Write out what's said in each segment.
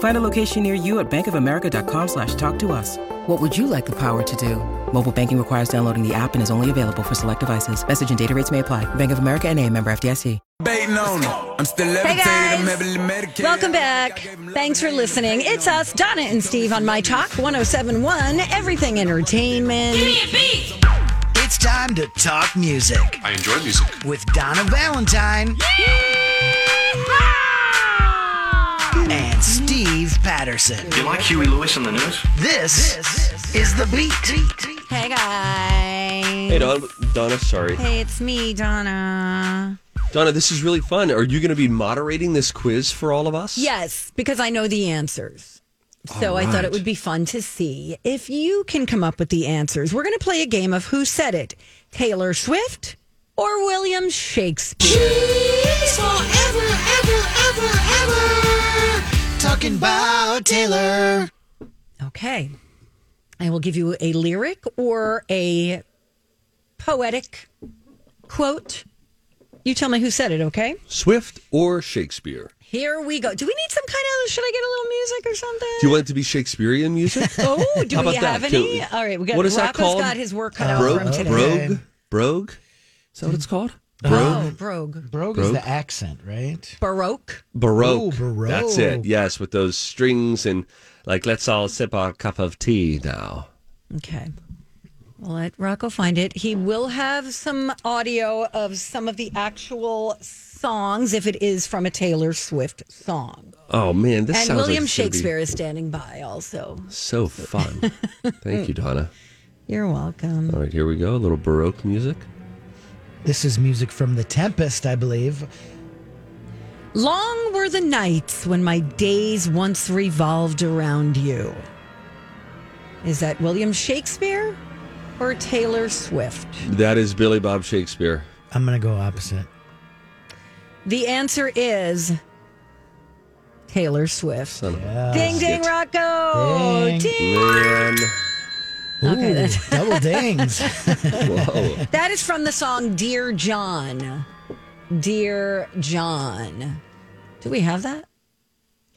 Find a location near you at bankofamerica.com slash talk to us. What would you like the power to do? Mobile banking requires downloading the app and is only available for select devices. Message and data rates may apply. Bank of America and a member FDIC. Baiting on it. I'm still levitated. I'm heavily medicated. Welcome back. Thanks for listening. It's us, Donna and Steve, on My Talk 1071, Everything Entertainment. It's time to talk music I enjoy music. with Donna Valentine and Steve Patterson. You like Huey Lewis on the news? This is the beat. Hey, guys. Hey, Don, Donna, sorry. Hey, it's me, Donna. Donna, this is really fun. Are you going to be moderating this quiz for all of us? Yes, because I know the answers. So I thought it would be fun to see if you can come up with the answers. We're going to play a game of who said it Taylor Swift or William Shakespeare. She's forever, ever, ever, ever. Talking about Taylor. Okay. I will give you a lyric or a poetic quote. You tell me who said it, okay? Swift or Shakespeare? Here we go. Do we need some kind of, should I get a little music or something? Do you want it to be Shakespearean music? oh, do How we about that? have any? Can- All right, we got, what is that Rocco's called? got his work cut out for him Brogue? today. Brogue? Brogue? Is that what it's called? Oh, brogue. Brogue, is the accent, right? Baroque. Baroque. Ooh, Baroque. That's it. Yes, with those strings and like, let's all sip our cup of tea now. Okay. We'll let Rocco find it. He will have some audio of some of the actual songs if it is from a Taylor Swift song. Oh man, this And sounds William like it's gonna be Shakespeare is standing by also. So fun. Thank you, Donna. You're welcome. All right, here we go. A little Baroque music. This is music from The Tempest, I believe. Long were the nights when my days once revolved around you. Is that William Shakespeare or Taylor Swift? That is Billy Bob Shakespeare. I'm going to go opposite. The answer is Taylor Swift. Son of a Ding, ding, biscuit. Rocco! Dang. Ding. Man. Ooh, double dings. Whoa. That is from the song Dear John. Dear John. Do we have that?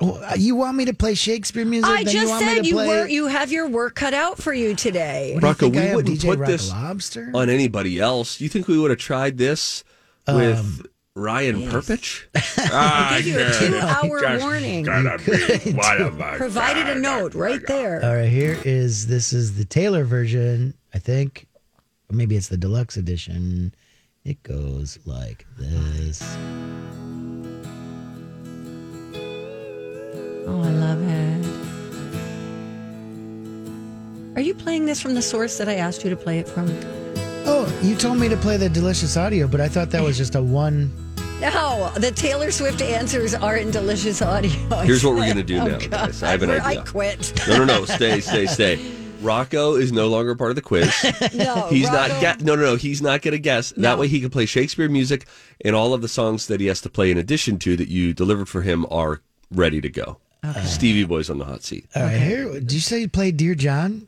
Oh, you want me to play Shakespeare music? I then just want me said to you play- were you have your work cut out for you today. Do you Rocco, think I we am wouldn't DJ put Rock this Lobster? on anybody else. You think we would have tried this with Ryan Perpich? I gave you a two hour warning. Provided a note right there. All right, here is this is the Taylor version, I think. Or maybe it's the deluxe edition. It goes like this. Oh, I love it. Are you playing this from the source that I asked you to play it from? Oh, you told me to play the delicious audio, but I thought that was just a one. No, the Taylor Swift answers are in delicious audio. Here's what we're gonna do Oh, now, guys. I have an We're- idea. I quit. No, no, no. Stay, stay, stay. Rocco is no longer part of the quiz. No, He's Oh, Rocco- not get no no no he's not gonna guess. That way he can play Shakespeare music and all of the songs that he has to play in addition to that you delivered for him are ready to go. Stevie Boy's on the hot seat. All right, here. Did you say you played Dear John?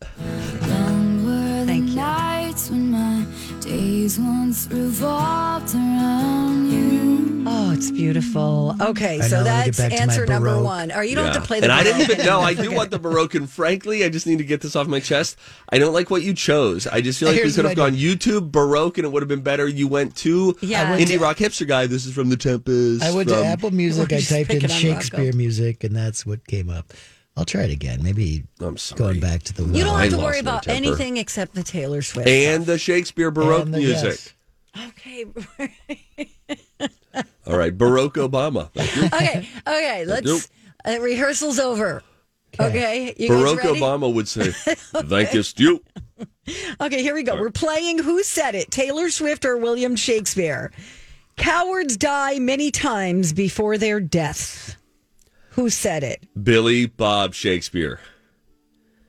Thank you. Nights when my days once revolved around you. Oh, it's beautiful. Okay, I so know, let me that's get back to my answer number Baroque. one. Or you don't have Yeah. to play the And I didn't Baroque even know. I anymore. do want the Baroque, and frankly, I just need to get this off my chest. I don't like what you chose. I just feel like Here's we could what have I gone YouTube Baroque, and it would have been better. You went to Yeah. I indie went to- rock hipster guy. This is from the Tempest. Um, I went to from- Apple Music. We're I just typed in picking on Shakespeare Rocco. music, and that's what came up. I'll try it again. Maybe I'm sorry. going back to the You well. don't I have to lost worry my about temper. anything except the Taylor Swift. and the Shakespeare Baroque And the- music. yes. okay, All All right, Barack Obama. Thank you. Okay, okay, let's. Uh, rehearsal's over. Okay, you guys Barack ready? Obama would say, "Thank you, Stu." Okay, here we go. We're playing Who Said It? Taylor Swift or William Shakespeare? Cowards die many times before their deaths. Who said it? Billy Bob Shakespeare.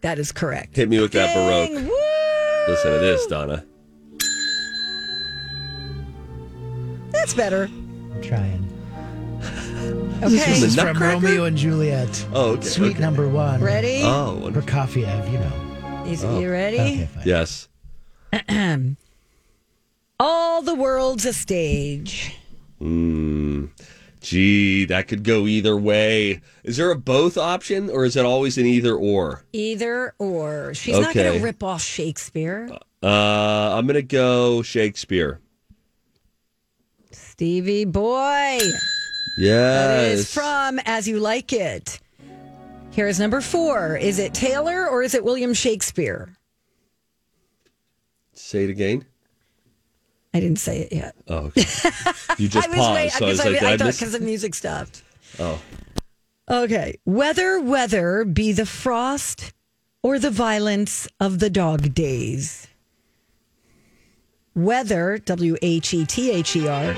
That is correct. Hit me with that Baroque. Ding! Woo! Listen to this, Donna. That's better. I'm trying. Okay, This is from Nutcracker? Romeo and Juliet. Oh, okay, Sweet okay. number one. ready? Oh, wonderful. Prokofiev, you know. Is- Oh. You ready? Okay, fine. yes. All the world's a stage. Hmm. Gee, that could go either way. Is there a both option, or is it always an either or? Either or. She's not going Okay. to rip off Shakespeare. Uh, I'm gonna go Shakespeare. Stevie Boy Yes. is from As You Like It. Here is number four. Is it Taylor or is it William Shakespeare? Say it again. I didn't say it yet. Oh, okay. you just I was paused. wait- so I was I, like, I, "Did I thought miss-" because the music stopped. Oh. Okay. Whether whether be the frost or the violence of the dog days. Whether W H E T H E R.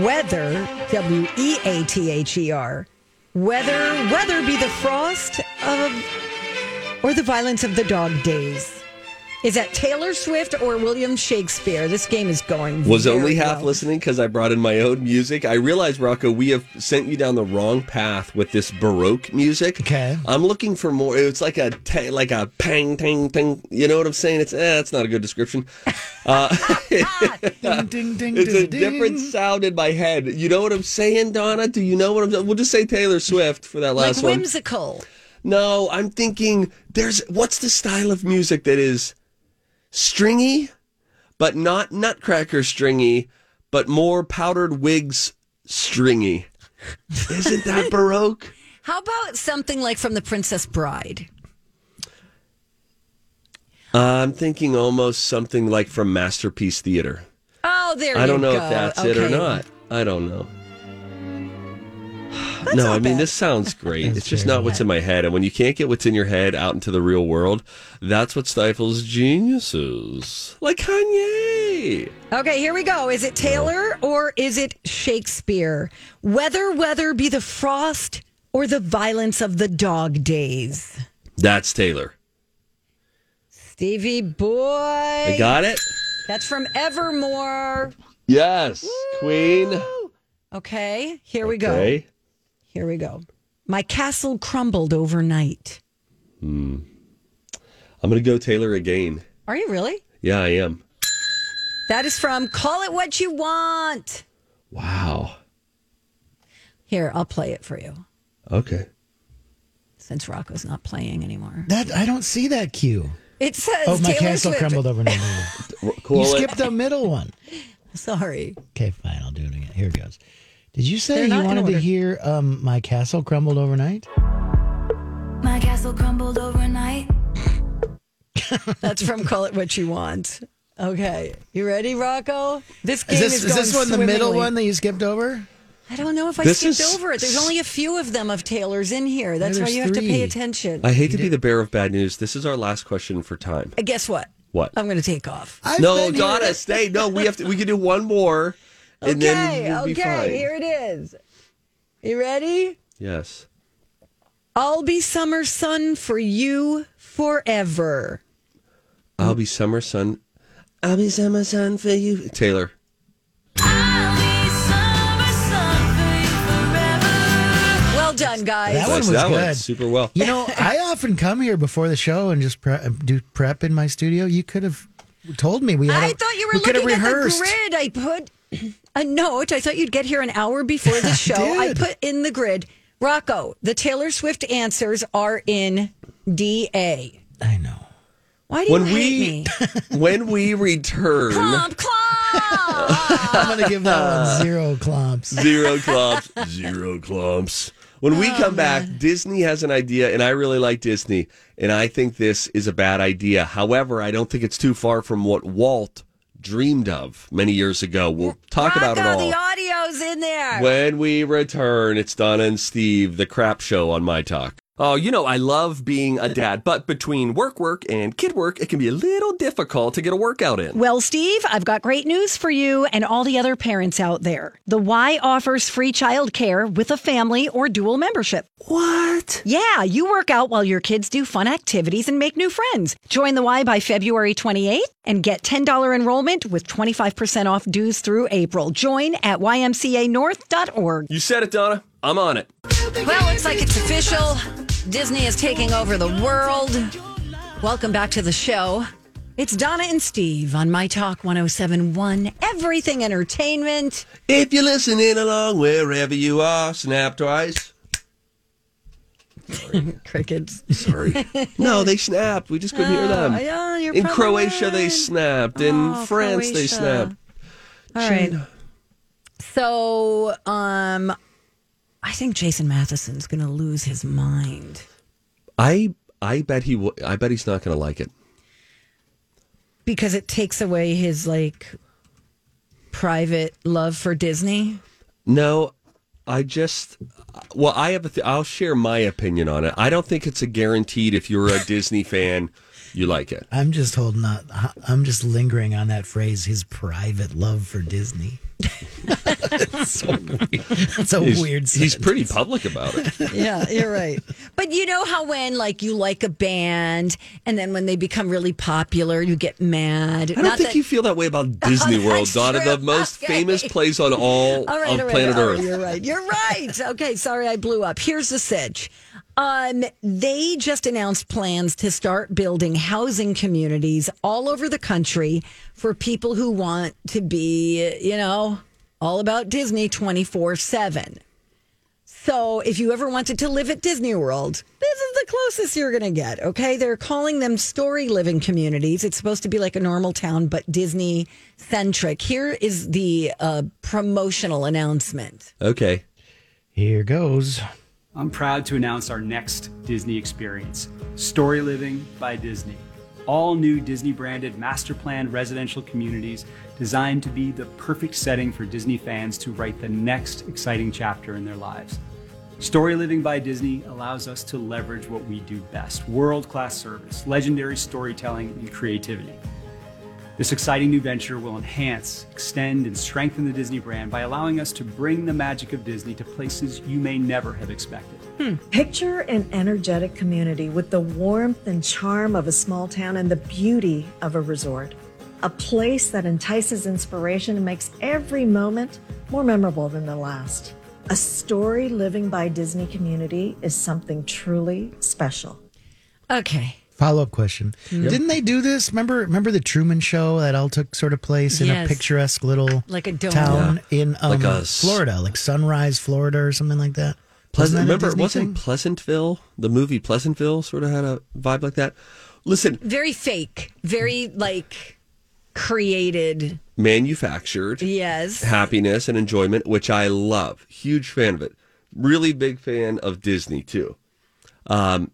Whether W E A T H E R. Whether whether be the frost of or the violence of the dog days. Is that Taylor Swift or William Shakespeare? This game is going. was very only half well. listening because I brought in my own music. I realize, Rocco, we have sent you down the wrong path with this Baroque music. Okay. I'm looking for more. It's like a ta- like a pang, tang, tang. You know what I'm saying? It's eh, it's not a good description. Ding, ding, ding, It's a ding, different ding. sound in my head. You know what I'm saying, Donna? Do you know what I'm? We'll just say Taylor Swift for that Like last one. whimsical. No, I'm thinking there's what's the style of music that is stringy, but not nutcracker stringy, but more powdered wigs stringy. Isn't that baroque? How about something like from The Princess Bride? Uh, I'm thinking almost something like from Masterpiece Theater. Oh, there I you don't know go. if that's it or Okay. not. I don't know. no, I mean bad. this sounds great. it's just not what's in my head, and when you can't get what's in your head out into the real world, that's what stifles geniuses like Kanye. Okay, here we go. Is it Taylor or is it Shakespeare? Whether, whether be the frost or the violence of the dog days. That's Taylor. Stevie I Boy. got it. That's from Evermore. Yes, Queen. Okay, here we go. Okay. Here we go. My castle crumbled overnight. I'm gonna go Taylor again. Are you really? Yeah, I am. That is from Call It What You Want. Wow. Here, I'll play it for you Okay. since Rocco's not playing anymore. That I don't see that cue. It says Oh, my Taylor castle Swift. crumbled over me. Cool. You skipped the middle one. Sorry. Okay, fine. I'll do it again. Here it goes. Did you They're say not you in wanted to order. hear um, "My Castle Crumbled Overnight"? My castle crumbled overnight. That's from Call It What You Want. Okay. You ready, Rocco? This game Is is, this, is this going one the middle swimmingly. one that you skipped over? I don't know if I This skipped is- over it. There's only a few of them of Taylor's in here. That's Yeah, why there's you have to pay three. attention. I hate to be the bearer of bad news. This is our last question for time. Uh, Guess what? What? I'm going to take off. I've no, been here- Donna, stay. No, we have to. We can do one more, and okay. then we'll be okay. fine. Here it is. You ready? Yes. I'll be summer sun for you forever. I'll be summer sun. I'll be summer sun for you, Taylor. I'll be summer sun for you forever. Well done, guys. That one was that good. super well. You know, I often come here before the show and just pre- do prep in my studio. You could have told me we. Had I a- thought you were we could have looking at the rehearsed. grid. I put a note. I thought you'd get here an hour before the show. I, did. put in the grid. Rocco, the Taylor Swift answers are in DA. I know. Why do When you hate we me? when we return, Clomp, clomp. I'm gonna give that one zero clumps. zero clumps, zero clumps. When we come back, Disney has an idea, and I really like Disney, and I think this is a bad idea. However, I don't think it's too far from what Walt dreamed of many years ago. We'll talk about it Rocco, all. the audio goes in there. When we return, it's Donna and Steve, the crap show on My Talk. Oh, you know, I love being a dad, but between work work and kid work, it can be a little difficult to get a workout in. Well, Steve, I've got great news for you and all the other parents out there. The Y offers free childcare with a family or dual membership. What? Yeah, you work out while your kids do fun activities and make new friends. Join the Y by February 28th and get $10 enrollment with 25% off dues through April. Join at ymcanorth.org. You said it, Donna. I'm on it. Well, looks like it's official. Disney is taking over the world. Welcome back to the show. It's Donna and Steve on My Talk 1071, Everything Entertainment. If you're listening along wherever you are, snap twice. Crickets. Sorry. no, they snapped. We just couldn't hear them. Oh, yeah, you're in probably Croatia, they right. snapped. In Oh, France, they Croatia. snapped. All right. So, um, I think Jason Matheson's going to lose his mind I I bet he will. I bet he's not going to like it. because it takes away his like private love for Disney. No, I just. Well, I have. A th- I'll share my opinion on it. I don't think it's a guaranteed. If you're a Disney fan, you like it. I'm just holding on. I'm just lingering on that phrase, his private love for Disney. That's so weird. That's a weird He's sentence. pretty public about it. yeah, you're right. But you know how when like you like a band and then when they become really popular, you get mad. I don't think you feel that way about Disney World, Oh, that's Donna. The true. most Okay. famous place on all all, right, of all right, planet all right, Earth. You're right. You're right. Okay, sorry I blew up. Here's the sitch. Um, they just announced plans to start building housing communities all over the country for people who want to be, you know, all about Disney 24 7. So if you ever wanted to live at Disney World, this is the closest you're going to get. Okay. They're calling them story living communities. It's supposed to be like a normal town, but Disney centric. Here is the uh, promotional announcement. Okay. Here goes. I'm proud to announce our next Disney experience Story Living by Disney. All new Disney branded master planned residential communities designed to be the perfect setting for Disney fans to write the next exciting chapter in their lives. Story Living by Disney allows us to leverage what we do best world class service, legendary storytelling, and creativity. This exciting new venture will enhance, extend, and strengthen the Disney brand by allowing us to bring the magic of Disney to places you may never have expected. Picture an energetic community with the warmth and charm of a small town and the beauty of a resort. A place that entices inspiration and makes every moment more memorable than the last. A story living by Disney community is something truly special. Okay. Follow up question. Didn't they do this? Remember remember the Truman Show that all took sort of place in Yes. a picturesque little Like a dome. town in um, Like a s- Florida, like Sunrise, Florida, or something like that. Wasn't Pleasant. that a Remember, Disney wasn't thing? Pleasantville the movie Pleasantville sort of had a vibe like that? Listen, Very fake, very like created. manufactured Yes. happiness and enjoyment, which I love. Huge fan of it. Really big fan of Disney too. Um,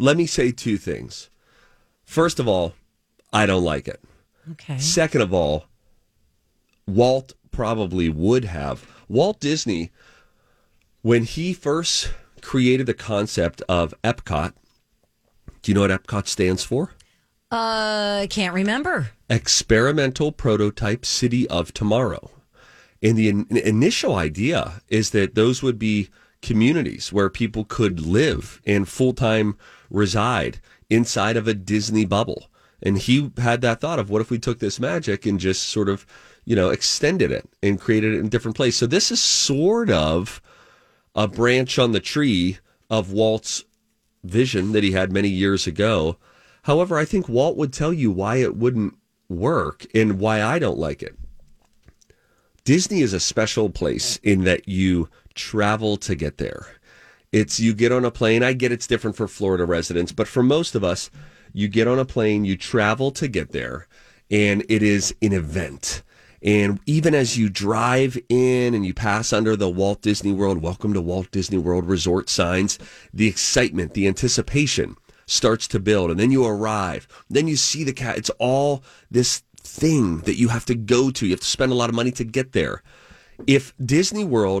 let me say two things. First of all, I don't like it. Okay. Second of all, Walt probably would have. Walt Disney, when he first created the concept of Epcot, do you know what Epcot stands for? Uh, can't remember. experimental prototype city of tomorrow. And the in- initial idea is that those would be communities where people could live and full time reside inside of a Disney bubble. And he had that thought of what if we took this magic and just sort of, you know, extended it and created it in a different place. So this is sort of a branch on the tree of Walt's vision that he had many years ago. However, I think Walt would tell you why it wouldn't work and why I don't like it. Disney is a special place in that you travel to get there. It's you get on a plane. I get it's different for Florida residents, but for most of us, you get on a plane, you travel to get there, and it is an event. And even as you drive in and you pass under the Walt Disney World, welcome to Walt Disney World resort signs, the excitement, the anticipation starts to build. And then you arrive, then you see the cat. It's all this thing that you have to go to. You have to spend a lot of money to get there if Disney World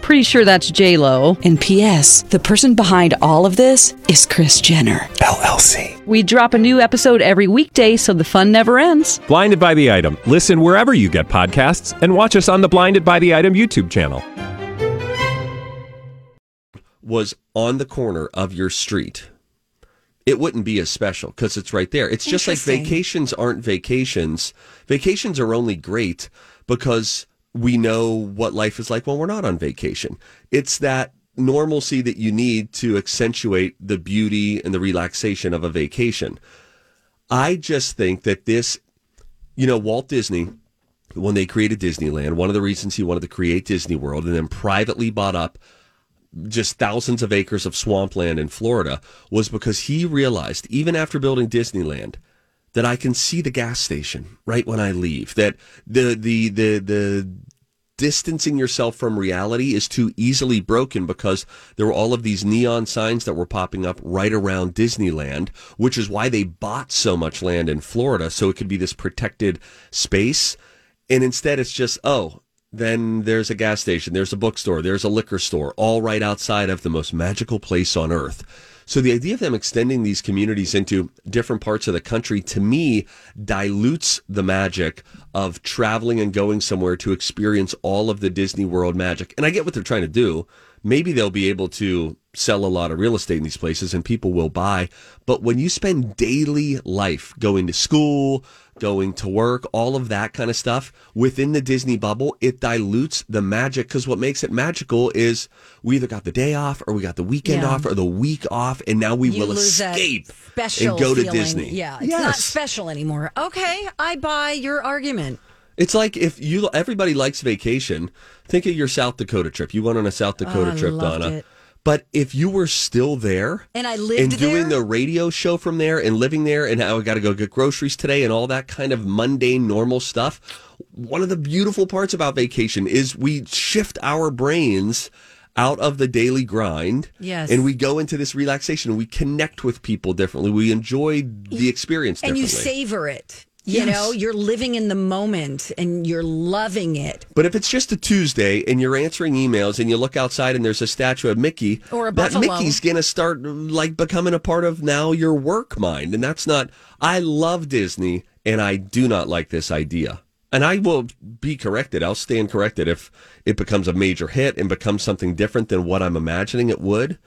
Pretty sure that's J Lo. And P.S. The person behind all of this is Chris Jenner LLC. We drop a new episode every weekday, so the fun never ends. Blinded by the item. Listen wherever you get podcasts, and watch us on the Blinded by the Item YouTube channel. was on the corner of your street, it wouldn't be as special because it's right there. It's just like Interesting. vacations aren't vacations. Vacations are only great because we know what life is like when we're not on vacation. It's that normalcy that you need to accentuate the beauty and the relaxation of a vacation. I just think that this, you know, Walt Disney, when they created Disneyland, one of the reasons he wanted to create Disney World and then privately bought up just thousands of acres of swampland in Florida was because he realized, even after building Disneyland, that I can see the gas station right when I leave. That the the the the distancing yourself from reality is too easily broken because there were all of these neon signs that were popping up right around Disneyland, which is why they bought so much land in Florida so it could be this protected space. And instead, it's just, oh, then there's a gas station, there's a bookstore, there's a liquor store, all right outside of the most magical place on earth. So the idea of them extending these communities into different parts of the country to me dilutes the magic of traveling and going somewhere to experience all of the Disney World magic. And I get what they're trying to do. Maybe they'll be able to sell a lot of real estate in these places and people will buy. But when you spend daily life going to school, going to work, all of that kind of stuff within the Disney bubble, it dilutes the magic because what makes it magical is we either got the day off or we got the weekend Yeah. off or the week off, and now we You will lose that escape special and go to feeling. Disney. Yeah, it's not Yes. special anymore. Okay, I buy your argument. It's like if you everybody likes vacation. Think of your South Dakota trip. You went on a South Dakota Oh, I trip, loved Donna. it. But if you were still there And I lived and doing there? the radio show from there and living there and how I got to go get groceries today and all that kind of mundane normal stuff, one of the beautiful parts about vacation is we shift our brains out of the daily grind. Yes. And we go into this relaxation. We connect with people differently. We enjoy the experience And differently. you savor it. You Yes. know, you're living in the moment and you're loving it. But if it's just a Tuesday and you're answering emails and you look outside and there's a statue of Mickey, Or a that buffalo. Mickey's gonna start like becoming a part of now your work mind, and that's not. I love Disney, and I do not like this idea. And I will be corrected. I'll stand corrected if it becomes a major hit and becomes something different than what I'm imagining it would.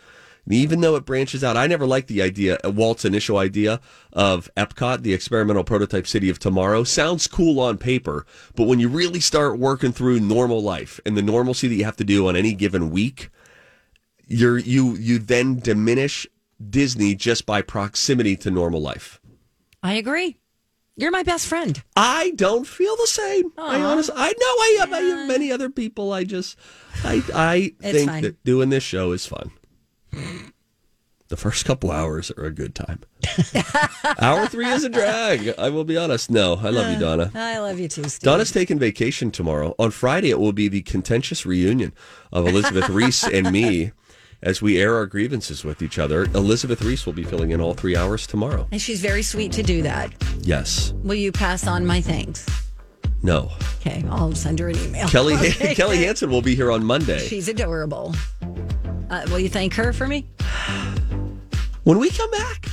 And even though it branches out, I never liked the idea, Walt's initial idea of Epcot, the experimental prototype city of tomorrow. Sounds cool on paper, but when you really start working through normal life and the normalcy that you have to do on any given week, you're, you, you then diminish Disney just by proximity to normal life. I agree. You're my best friend. I don't feel the same. I Aw. honestly, I know I am. I have many other people. I just, I, I It's think fine. that doing this show is fun. The first couple hours are a good time. Hour three is a drag. I will be honest. No, I love you, Donna. I love you too, Steve. Donna's taking vacation tomorrow. On Friday, it will be the contentious reunion of Elizabeth Reese and me as we air our grievances with each other. Elizabeth Reese will be filling in all three hours tomorrow. And she's very sweet to do that. Yes. Will you pass on my thanks? No. Okay, I'll send her an email. Kelly Okay. Kelly Hansen will be here on Monday. She's adorable. Uh, will you thank her for me? When we come back,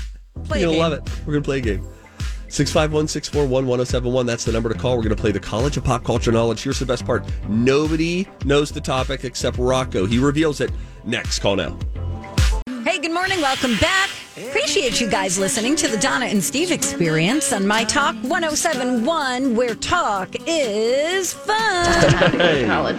Play a you're game. gonna love it. We're gonna play a game. 651-641-1071. That's the number to call. We're gonna play the College of Pop Culture Knowledge. Here's the best part. Nobody knows the topic except Rocco. He reveals it next. Call now. Hey, good morning. Welcome back. Appreciate you guys listening to the Donna and Steve experience on My Talk 1071, where talk is fun. Knowledge.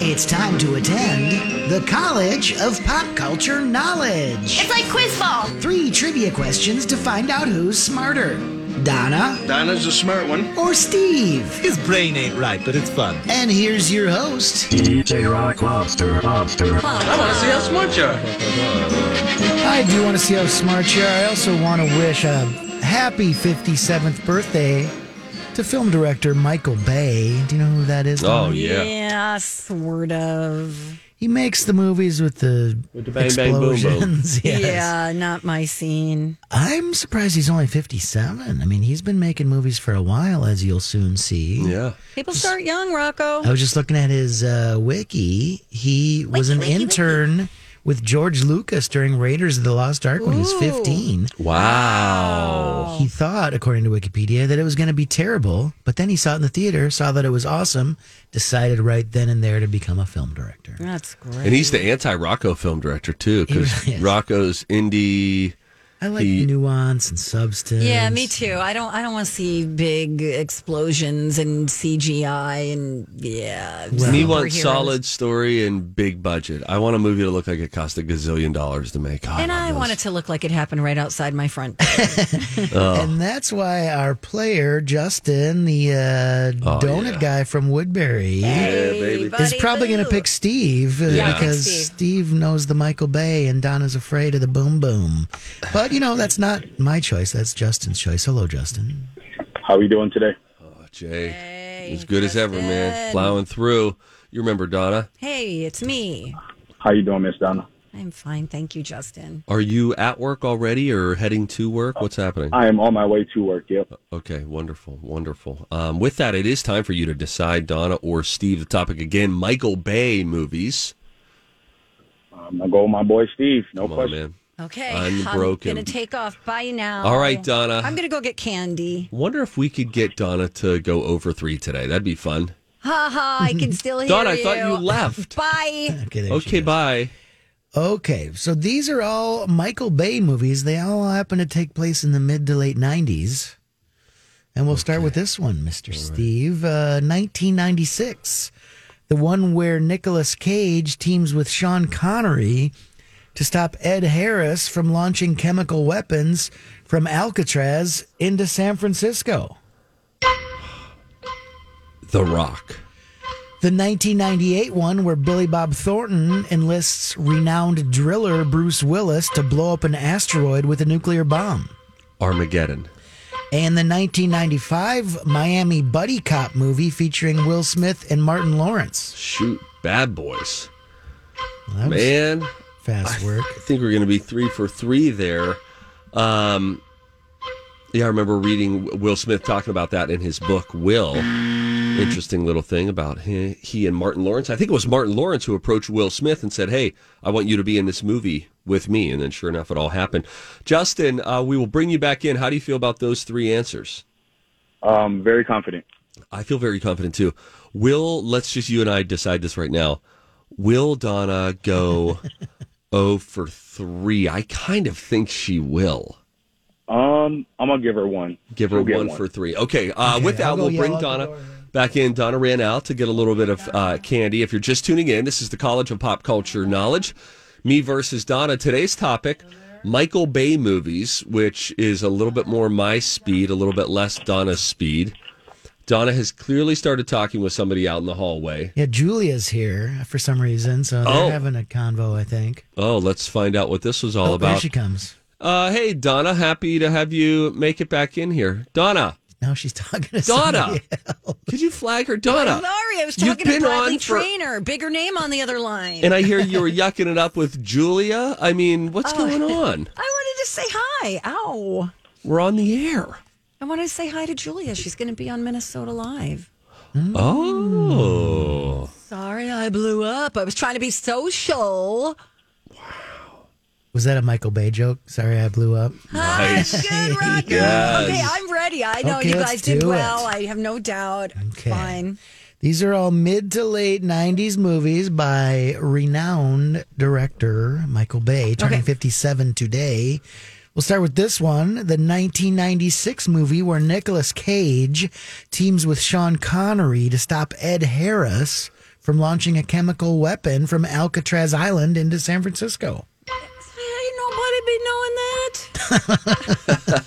It's time to attend the College of Pop Culture Knowledge. It's like quiz ball. Three trivia questions to find out who's smarter. Donna Dinah's a smart one. or Steve? His brain ain't right, but it's fun. And here's your host. DJ Rock Lobster, Lobster. I want to see how smart you are. I do want to see how smart you are. I also want to wish a happy 57th birthday to film director Michael Bay. Do you know who that is? Oh, Donna? Oh, Yeah, sort of. He makes the movies with the, With the bang, bang, boom, boom. explosions. yes. Yeah, not my scene. I'm surprised he's only 57. I mean, he's been making movies for a while, as you'll soon see. Yeah. People start young, Rocco. I was just looking at his uh, wiki. He was an intern with George Lucas during Raiders of the Lost Ark when he was 15. Wow. He thought, according to Wikipedia, that it was going to be terrible, but then he saw it in the theater, saw that it was awesome, decided right then and there to become a film director. That's great. And he's the anti Rocco film director, too, because Rocco's indie. I like he- nuance and substance. Yeah, me too. I don't. I don't want to see big explosions and CGI and yeah. me want superheroes. solid story and big budget. I want a movie to look like it cost a gazillion dollars to make. God, and I want it to look like it happened right outside my front. door. oh. And that's why our player, Justin, the uh, Oh, donut yeah. guy from Woodbury, Hey, baby. is buddy probably going to pick Steve uh, Yeah. because Pick Steve. Steve. knows the Michael Bay and Donna's afraid of the boom boom. But, you know, that's not my choice. That's Justin's choice. Hello, Justin. How are you doing today? Jay, as good as ever, man. Plowing through. You remember Donna? hey, it's me. How you doing, Miss Donna? I'm fine, thank you, Justin. Are you at work already or heading to work? What's happening? I am on my way to work. Yep. Okay, wonderful, wonderful. Um, with that, it is time for you to decide, Donna or Steve. The topic again: Michael Bay movies. I'm gonna go with my boy Steve. No Come question. on, man. Okay, Unbroken. I'm gonna take off. Bye now. All right, Donna. I'm gonna go get candy. Wonder if we could get Donna to go over three today. That'd be fun. Ha ha! I can still hear Donna, I you. thought you left. Bye. Okay, Okay, bye. Okay, so these are all Michael Bay movies. They all happen to take place in the mid to late 90s. And we'll start with this one, Mr. Steve. Uh, 1996, the one where Nicolas Cage teams with Sean Connery to stop Ed Harris from launching chemical weapons from Alcatraz into San Francisco. The Rock. The 1998 one, where Billy Bob Thornton enlists renowned driller Bruce Willis to blow up an asteroid with a nuclear bomb. Armageddon. And the 1995 Miami Buddy Cop movie featuring Will Smith and Martin Lawrence. Shoot, Bad Boys. that was Man, fast work. I think we're going to be three for three there. Um, yeah, I remember reading Will Smith talking about that in his book, Will. Interesting little thing about he, he and Martin Lawrence. I think it was Martin Lawrence who approached Will Smith and said, Hey, I want you to be in this movie with me. And then, sure enough, it all happened. Justin, uh, we will bring you back in. How do you feel about those three answers? Um, very confident. I feel very confident too. Will, let's just you and I decide this right now. Will Donna go 0 for 3? I kind of think she will. Um, I'm gonna give her one. Give her She'll get one, for 3. Okay, uh, Okay, with that, I'll go we'll yell bring out the Donna back in. Donna ran out to get a little bit of uh, candy. If you're just tuning in, this is the College of Pop Culture Knowledge. Me versus Donna. Today's topic. Michael Bay movies, which is a little bit more my speed, a little bit less Donna's speed. Donna has clearly started talking with somebody out in the hallway. Yeah, Julia's here for some reason, so they're Oh. having a convo, I think. Oh, Oh, let's find out what this was all Oh, There about. she comes. Uh, hey, Donna, happy to have you make it back in here. Donna, Now she's talking to Donna, somebody. could you flag her? Donna. Sorry, I was You've talking to been Bradley on for- Trainer, bigger name on the other line. And I hear you were yucking it up with Julia. I mean, what's Oh. going on? I wanted to say hi. Ow. We're on the air. I wanted to say hi to Julia. She's going to be on Minnesota Live. Oh. Sorry, I blew up. I was trying to be social. Was that a Michael Bay joke? Sorry, I blew up. Nice. Good, Rocco. Yes. Okay, I'm ready. I know Okay, you let's guys did do well. I have no doubt. Fine. These are all mid to late 90s movies by renowned director Michael Bay, turning 57 today. We'll start with this one, the 1996 movie where Nicolas Cage teams with Sean Connery to stop Ed Harris from launching a chemical weapon from Alcatraz Island into San Francisco. Ain't nobody be knowing that.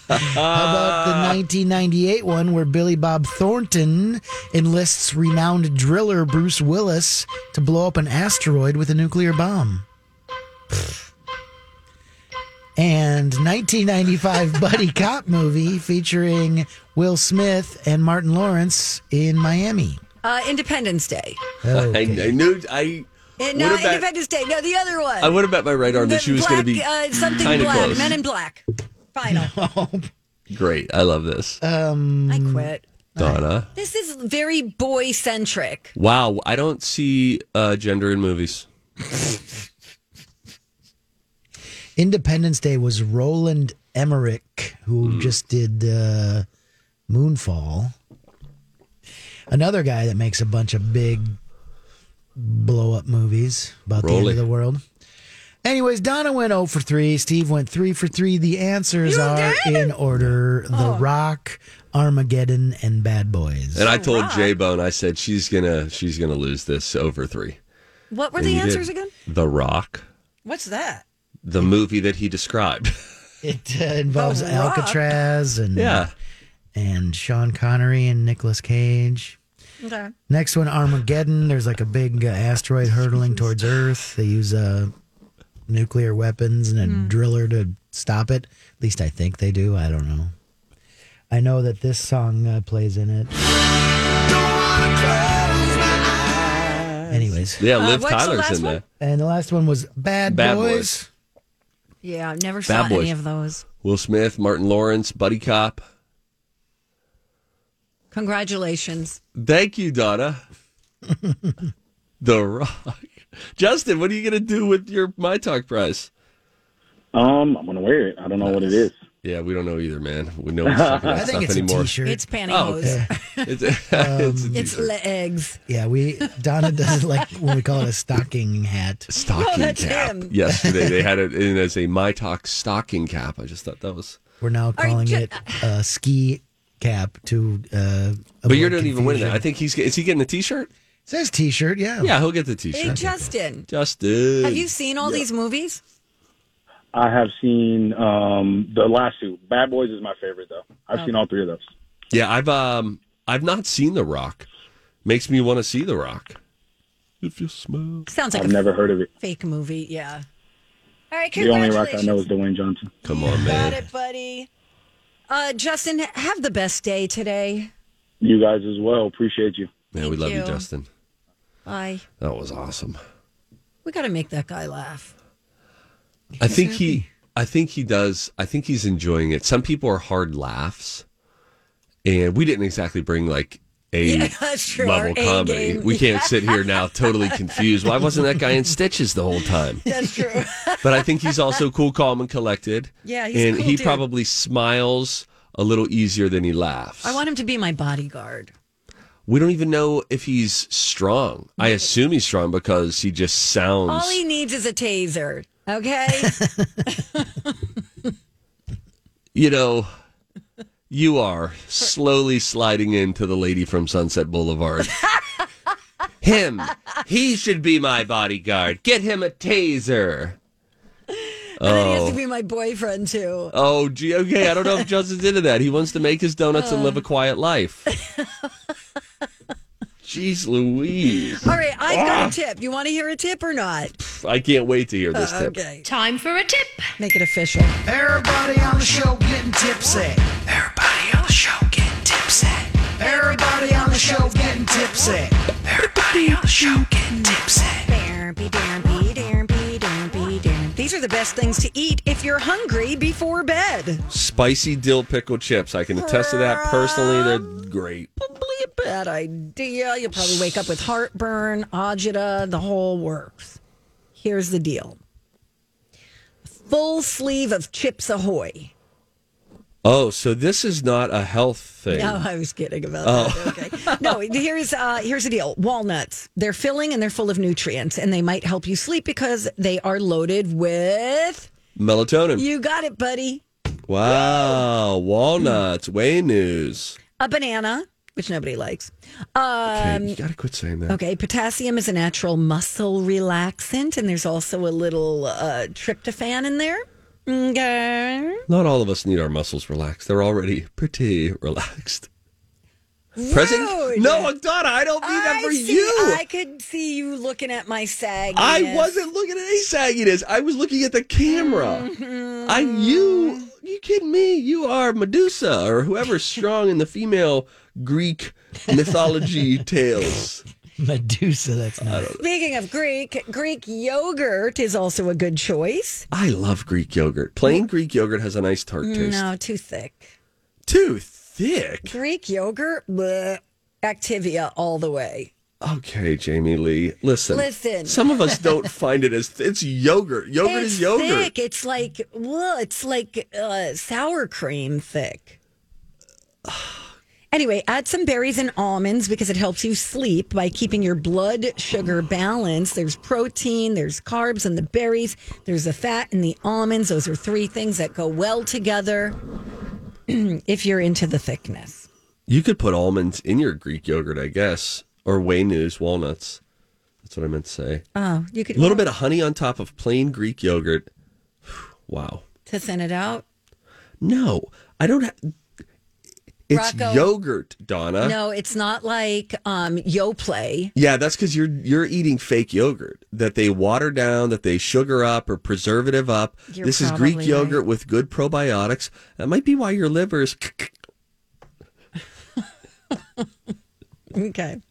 How about the 1998 one where Billy Bob Thornton enlists renowned driller Bruce Willis to blow up an asteroid with a nuclear bomb? Pfft. And 1995 buddy cop movie featuring Will Smith and Martin Lawrence in Miami. Uh, Independence Day. I, I knew I. Eh, would no, have bet- Independence Day. No, the other one. I would have bet my right arm that she was going to be uh, something kinda black. close. Men in Black. Great, I love this, Um, I quit. Donna. This is very boy centric. Wow, I don't see uh, gender in movies. Independence Day was Roland Emmerich, who Hmm. just did uh, Moonfall. Another guy that makes a bunch of big blow up movies about the end Rolly. of the world. Anyways, Donna went 0 for 3. Steve went 3 for 3. The answers are in order Oh. The Rock, Armageddon, and Bad Boys. And I told J Bone, I said she's gonna she's gonna lose this over three. What were And the he did. answers again? The Rock, What's that? the movie that he described. It uh, involves The Rock. Alcatraz and, Uh, Yeah. and Sean Connery and Nicolas Cage. Okay. Next one, Armageddon. There's like a big uh, asteroid hurtling towards Earth. They use uh, nuclear weapons and a Hmm. driller to stop it. At least I think they do. I don't know. I know that this song uh, plays in it. Anyways. Yeah, Uh, what's Liv the Tyler's last in there. And the last one was Bad, Bad Boys. Boys. Yeah, I've never saw Bad Boys. any of those. Will Smith, Martin Lawrence, Buddy Cop. Congratulations. Thank you, Donna. the Rock. Justin, what are you gonna do with your My Talk prize? Um, I'm gonna wear it. I don't know what it is. Yeah, we don't know either, man. We know stuff I about think stuff it's a anymore. t-shirt. It's Oh, pantyhose. okay. it's, it's, a It's t-shirt. legs. Yeah, we Donna does it like when we call it a stocking hat. stocking Oh, that's cap. him. Yesterday they had it in as a My Talk stocking cap. I just thought that was. We're now right, calling ju- it a ski cap to. Uh, But you're avoid not even winning confusion. that. I think he's is he getting a T-shirt? It says T-shirt. Yeah. Yeah, he'll get the Oh. Hey, T-shirt. Justin, Justin, have you seen all these movies? I have seen um the last two. Bad Boys is my favorite though. I've seen all three of those. Yeah, I've um I've not seen The Rock. Makes me want to see The Rock. If you smell, Sounds like I've a never heard of it. fake movie. Yeah. All right, The only congratulations. rock I know is Dwayne Johnson. come on, Got man. it, buddy. Uh, Justin, have the best day today. You guys as well. Appreciate you. Man, we Thank love you, you. Justin. I That was awesome. we got to make that guy laugh. I think he I think he does. I think he's enjoying it. Some people are hard laughs. And we didn't exactly bring like a Yeah, that's true, our level A comedy. game. We can't sit here now totally confused. Why wasn't that guy in stitches the whole time? That's true. But I think he's also cool, calm, and collected. Yeah, he's a and cool he dude. probably smiles a little easier than he laughs. I want him to be my bodyguard. we don't even know if he's strong. I assume he's strong because he just sounds. All he needs is a taser. Okay. you know, you are slowly sliding into the lady from Sunset Boulevard. him. He should be my bodyguard. Get him a taser. And then he has to be my boyfriend too. Oh, gee, okay. I don't know if Justin's into that. He wants to make his donuts and live Uh. a quiet life. Jeez Louise. All right, I've got a tip. You want to hear a tip or not? I can't wait to hear this tip. Uh, Okay. Time for a tip. Make it official. Everybody on the show getting tipsy. Everybody on the show getting tipsy. Everybody on the show getting tipsy. Everybody on the show getting tipsy. Dermpy, dermpy, dermpy, dermpy, dermpy. These are the best things to eat if you're hungry before bed. Spicy dill pickle chips. I can attest to that personally. They're great. Probably a bad idea. You'll probably wake up with heartburn, agita, the whole works. Here's the deal. Full sleeve of Chips Ahoy. Oh, so this is not a health thing. No, I was kidding about Oh. that. Okay. No, here's uh, here's the deal. Walnuts. They're filling and they're full of nutrients, and they might help you sleep because they are loaded with. Melatonin. You got it, buddy. wow. Walnuts. Way news. A banana, which nobody likes. Um, you gotta quit saying that. Okay, potassium is a natural muscle relaxant, and there's also a little uh, tryptophan in there. Okay. Not all of us need our muscles relaxed. They're already pretty relaxed. President? No, I'm not. I don't mean that for see- you. I could see you looking at my sag. I wasn't looking at any sagginess. I was looking at the camera. Mm-hmm. I you you kidding me? You are Medusa or whoever's strong in the female Greek mythology tales. Medusa, that's not. Speaking of Greek, Greek yogurt is also a good choice. I love Greek yogurt. Plain Greek yogurt has a nice tart taste. No, too thick. Too thick. Greek yogurt, bleh, Activia all the way. Okay, Jamie Lee. Listen. Listen. Some of us don't find it as it's yogurt. Yogurt it's is yogurt. Thick. It's like, well, it's like uh, sour cream thick. Anyway, add some berries and almonds because it helps you sleep by keeping your blood sugar balanced. There's protein, there's carbs in the berries, there's the fat in the almonds. Those are three things that go well together if you're into the thickness. You could put almonds in your Greek yogurt, I guess, or whey news walnuts. That's what I meant to say. Oh, you could A little bit of honey on top of plain Greek yogurt. Wow. to thin it out. No, I don't. Ha- it's Rocco. yogurt, Donna. no, it's not like um, Yo Play. Yeah, that's because you're you're eating fake yogurt that they water down, that they sugar up or preservative up. You're this is probably Greek right. yogurt with good probiotics. That might be why your liver is. Okay.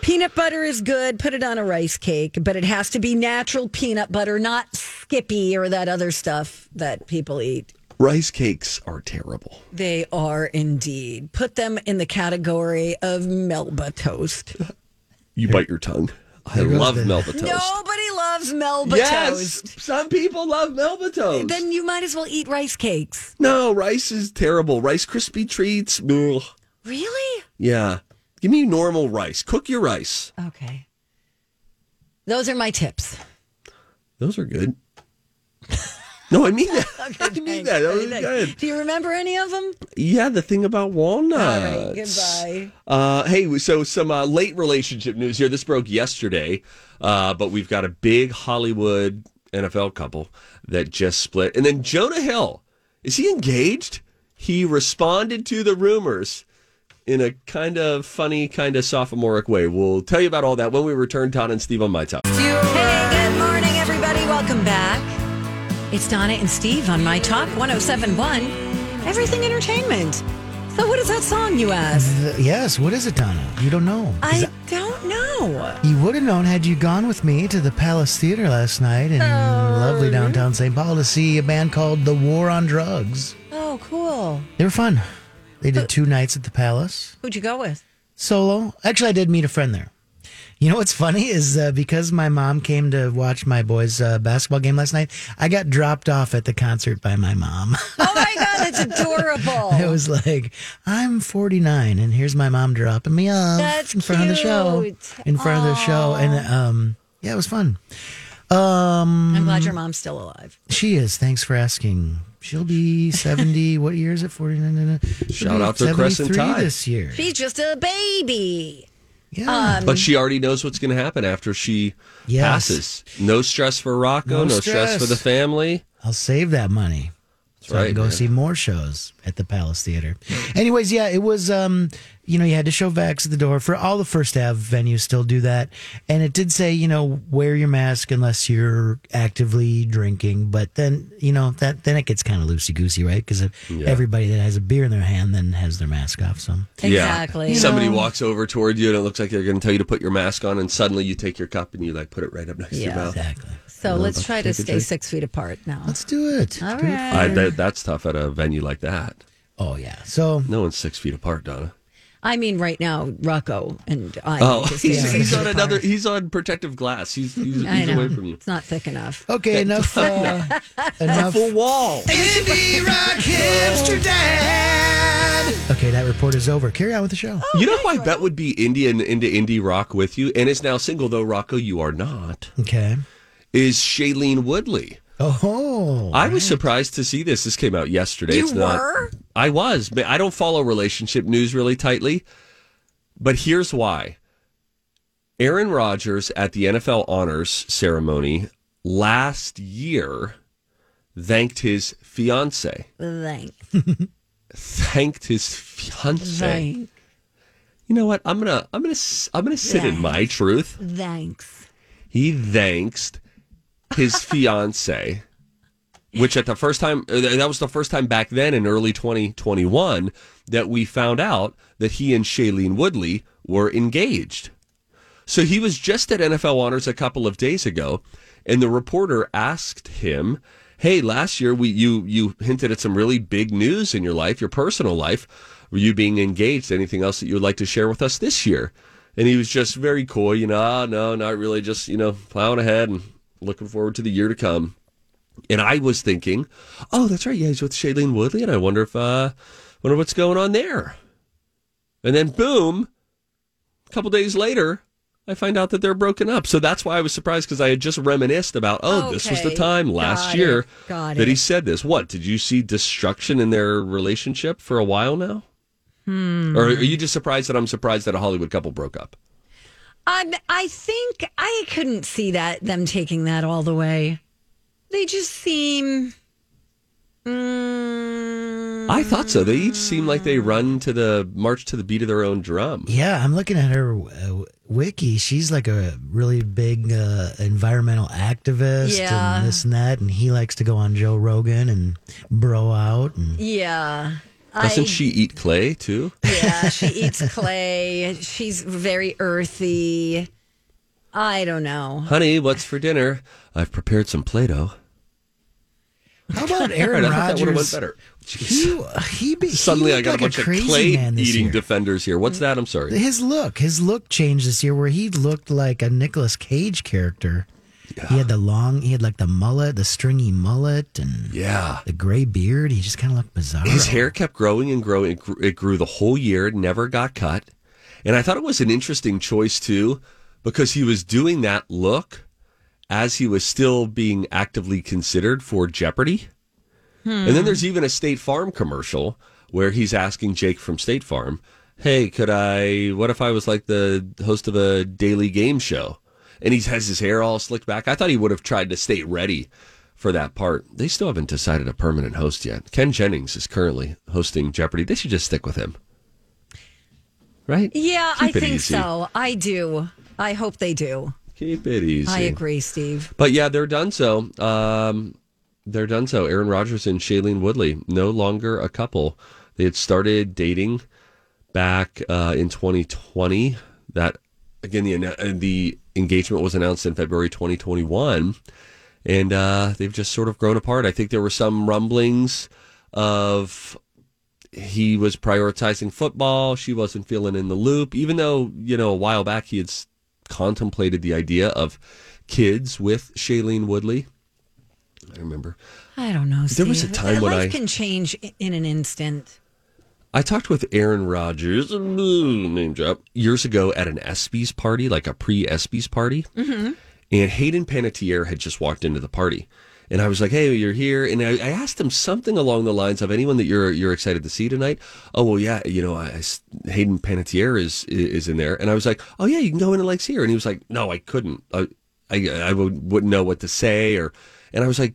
Peanut butter is good. Put it on a rice cake, but it has to be natural peanut butter, not Skippy or that other stuff that people eat. Rice cakes are terrible. They are indeed. Put them in the category of Melba toast. You bite your tongue. I There goes love the- Melba toast. Nobody loves Melba yes, toast. some people love Melba toast. Then you might as well eat rice cakes. no, rice is terrible. Rice crispy treats. Ugh. Really? Yeah, give me normal rice. Cook your rice. Okay. Those are my tips. Those are good. No, I mean that. I mean that. That was good. Do you remember any of them? Yeah, the thing about walnuts. All right. Goodbye. Uh, hey, so some uh, late relationship news here. This broke yesterday, uh, but we've got a big Hollywood NFL couple that just split. And then Jonah Hill, is he engaged? He responded to the rumors in a kind of funny, kind of sophomoric way. We'll tell you about all that when we return. Todd and Steve on my top. Um, Hey, good morning, everybody. Welcome back. It's Donna and Steve on My Talk 1071, Everything Entertainment. So, what is that song you asked? Th- Yes, what is it, Donna? You don't know. I don't know. You would have known had you gone with me to the Palace Theater last night Oh. in lovely downtown St. Paul to see a band called The War on Drugs. Oh, cool. They were fun. They did two nights at the Palace Who'd you go with? solo. Actually, I did meet a friend there. You know what's funny is uh, because my mom came to watch my boys' uh, basketball game last night, I got dropped off at the concert by my mom. Oh my God, that's it adorable. was like, I'm 49, and here's my mom dropping me off That's in front of the show. cute. In front of the show. And um, yeah, it was fun. Um, I'm glad your mom's still alive. She is. Thanks for asking. She'll be 70. what year is it? 49. She'll Shout be out to Crescent 73 Tide. this year. She's just a baby. Yeah. um, But she already knows what's going to happen after she Yes. passes. No stress for Rocco, No no, stress. stress. for the family. I'll save that money. So I right, can go man. see more shows at the Palace Theater. Anyways, yeah, it was um, you know, you had to show vax at the door for all the first Ave venues still do that. And it did say, you know, wear your mask unless you're actively drinking, but then, you know, that then it gets kind of loosey goosey, right? Because everybody that has a beer in their hand then has their mask off. So Exactly. Yeah. Somebody know. walks over toward you and it looks like they're going to tell you to put your mask on, and suddenly you take your cup and you like put it right up next to your Yeah. mouth. Exactly. So, let's try to Take a stay drink. six feet apart now. Let's do it. All Do it. right. I, that, that's tough at a venue like that. Oh yeah. So No one's six feet apart, Donna. I mean, right now, Rocco and I. Oh, just- he's, yeah. he's on another. He's on protective glass. He's he's, I he's know. away from you. It's not thick enough. Okay, enough. Uh, enough. Full wall. Indie rock hipster dad. Okay, that report is over. Carry on with the show. You know who I bet would be Indian into indie rock with you, and is now single though. Rocco, you are not. Oh. Okay. Is Shailene Woodley? Oh, I was surprised to see this. This came out yesterday. You it's not, were? I was, but I don't follow relationship news really tightly. But here's why: Aaron Rodgers at the NFL honors ceremony last year thanked his fiance. Blank. Thanked his fiance. Blank. You know what? I'm gonna I'm gonna s- I'm gonna sit in my truth. Thanks. He thanks his fiance, which at the first time uh, that was the first time back then in early 2021 that we found out that he and Shailene Woodley were engaged. So he was just at NFL Honors a couple of days ago, and the reporter asked him, "Hey, last year we you you hinted at some really big news in your life, your personal life, were you being engaged? Anything else that you would like to share with us this year?" And he was just very coy, you know, "Ah, no, not really, just you know, plowing ahead and looking forward to the year to come. And I was thinking, oh, that's right, yeah, he's with Shailene Woodley, and I wonder if uh, wonder what's going on there. And then boom, a couple days later, I find out that they're broken up. So that's why I was surprised because I had just reminisced about, oh, this was the Okay, time last got year it, got that he it. said this. What did you see destruction in their relationship for a while now? Hmm. Or are you just surprised that I'm surprised that a Hollywood couple broke up? Um, I think I couldn't see that them taking that all the way. They just seem. Mm, I thought so. They each seem like they run to the march to the beat of their own drum. Hmm. Yeah, I'm looking at her uh, wiki. She's like a really big uh, environmental activist Yeah. and this and that. And he likes to go on Joe Rogan and bro out. And yeah. Doesn't I, she eat clay too? Yeah, she eats clay. She's very earthy. I don't know. Honey, what's for dinner? I've prepared some Play-Doh. how about Right, Aaron I thought that would've went Rodgers? better. He, he, be- he Suddenly, I looked got like a bunch of crazy clay man this eating year. defenders here. What's that? I'm sorry. His look, his look changed this year, where he looked like a Nicolas Cage character. He had the long, he had like the mullet, the stringy mullet, and Yeah. the gray beard. He just kind of looked bizarre. His hair kept growing and growing. It grew, it grew the whole year. It never got cut. And I thought it was an interesting choice too, because he was doing that look as he was still being actively considered for Jeopardy. And Mm. then there's even a State Farm commercial where he's asking Jake from State Farm, "Hey, could I? What if I was like the host of a daily game show?" And he has his hair all slicked back. I thought he would have tried to stay ready for that part. They still haven't decided a permanent host yet. Ken Jennings is currently hosting Jeopardy. They should just stick with him, right? Yeah, Keep I it think easy. so. I do. I hope they do. Keep it easy. I agree, Steve. But yeah, they're done so. Um, they're done so. Aaron Rodgers and Shailene Woodley, no longer a couple. They had started dating back uh, in 2020. That again, the anno- uh, the engagement was announced in February 2021, and uh, they've just sort of grown apart. I think there were some rumblings of he was prioritizing football. She wasn't feeling in the loop, even though, you know, a while back he had s- contemplated the idea of kids with Shailene Woodley. I remember. I don't know. There Steve. was a time life when I- can change i- in an instant. I talked with Aaron Rodgers, name drop, years ago at an ESPYs party, like a pre ESPYs party. Mm-hmm. And Hayden Panettiere had just walked into the party. And I was like, hey, you're here. And I, I asked him something along the lines of anyone that you're you're excited to see tonight. Oh, well, yeah, you know, I, I s- Hayden Panettiere is is in there. And I was like, oh, yeah, you can go in and like see her. And he was like, no, I couldn't. I, I, I would, wouldn't know what to say. Or, And I was like,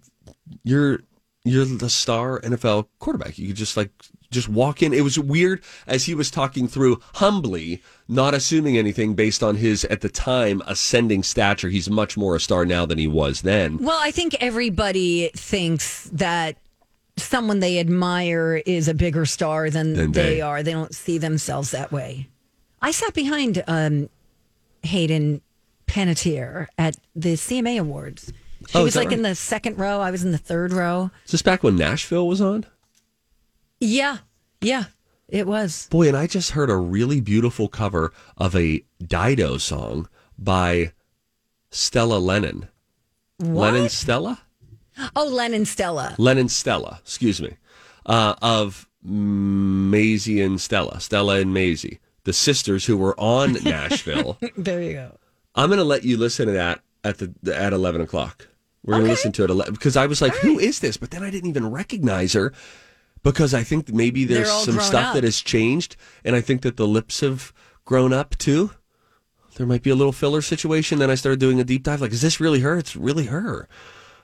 you're you're the star NFL quarterback. You could just like just walk in. It was weird as he was talking through humbly, not assuming anything based on his at the time ascending stature. He's much more a star now than he was then. Well, I think everybody thinks that someone they admire is a bigger star than, Than they. they. are. They don't see themselves that way. I sat behind um, Hayden Panettiere at the CMA Awards. She Oh, is was that like in right? the second row. I was in the third row. Is this back when Nashville was on? Yeah, yeah. It was. Boy, and I just heard a really beautiful cover of a Dido song by Stella Lennon. What? Lennon Stella? Oh, Len and Stella. Lennon Stella, excuse me, uh, of Maisie and Stella, Stella and Maisie, the sisters who were on Nashville. there you go. I'm going to let you listen to that at the at 11 o'clock. We're going to listen to it at 11, because I was like, who is this? But then I didn't even recognize her because I think that maybe They're there's all some grown stuff up. that has changed, and I think that the lips have grown up too. There might be a little filler situation. Then I started doing a deep dive. Like, is this really her? It's really her.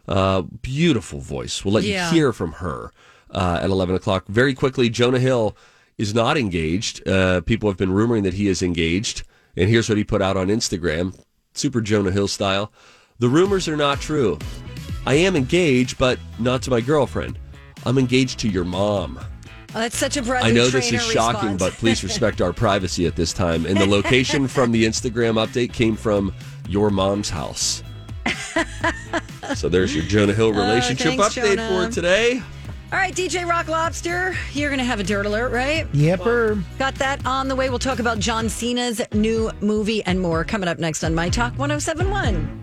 Uh, beautiful voice. We'll let Yeah. you hear from her uh, at 11 o'clock. Very quickly, Jonah Hill is not engaged. Uh, people have been rumoring that he is engaged. And here's what he put out on Instagram super Jonah Hill style. The rumors are not true. I am engaged, but not to my girlfriend. I'm engaged to your mom. Oh, that's such a brother. I know this is shocking, but please respect our privacy at this time. And the location from the Instagram update came from your mom's house. so there's your Jonah Hill relationship Oh, thanks, update Jonah. for today. All right, DJ Rock Lobster, you're going to have a dirt alert, right? Yepper. Got that on oh the way. We'll talk about John Cena's new movie and more coming up next on My Talk 1071.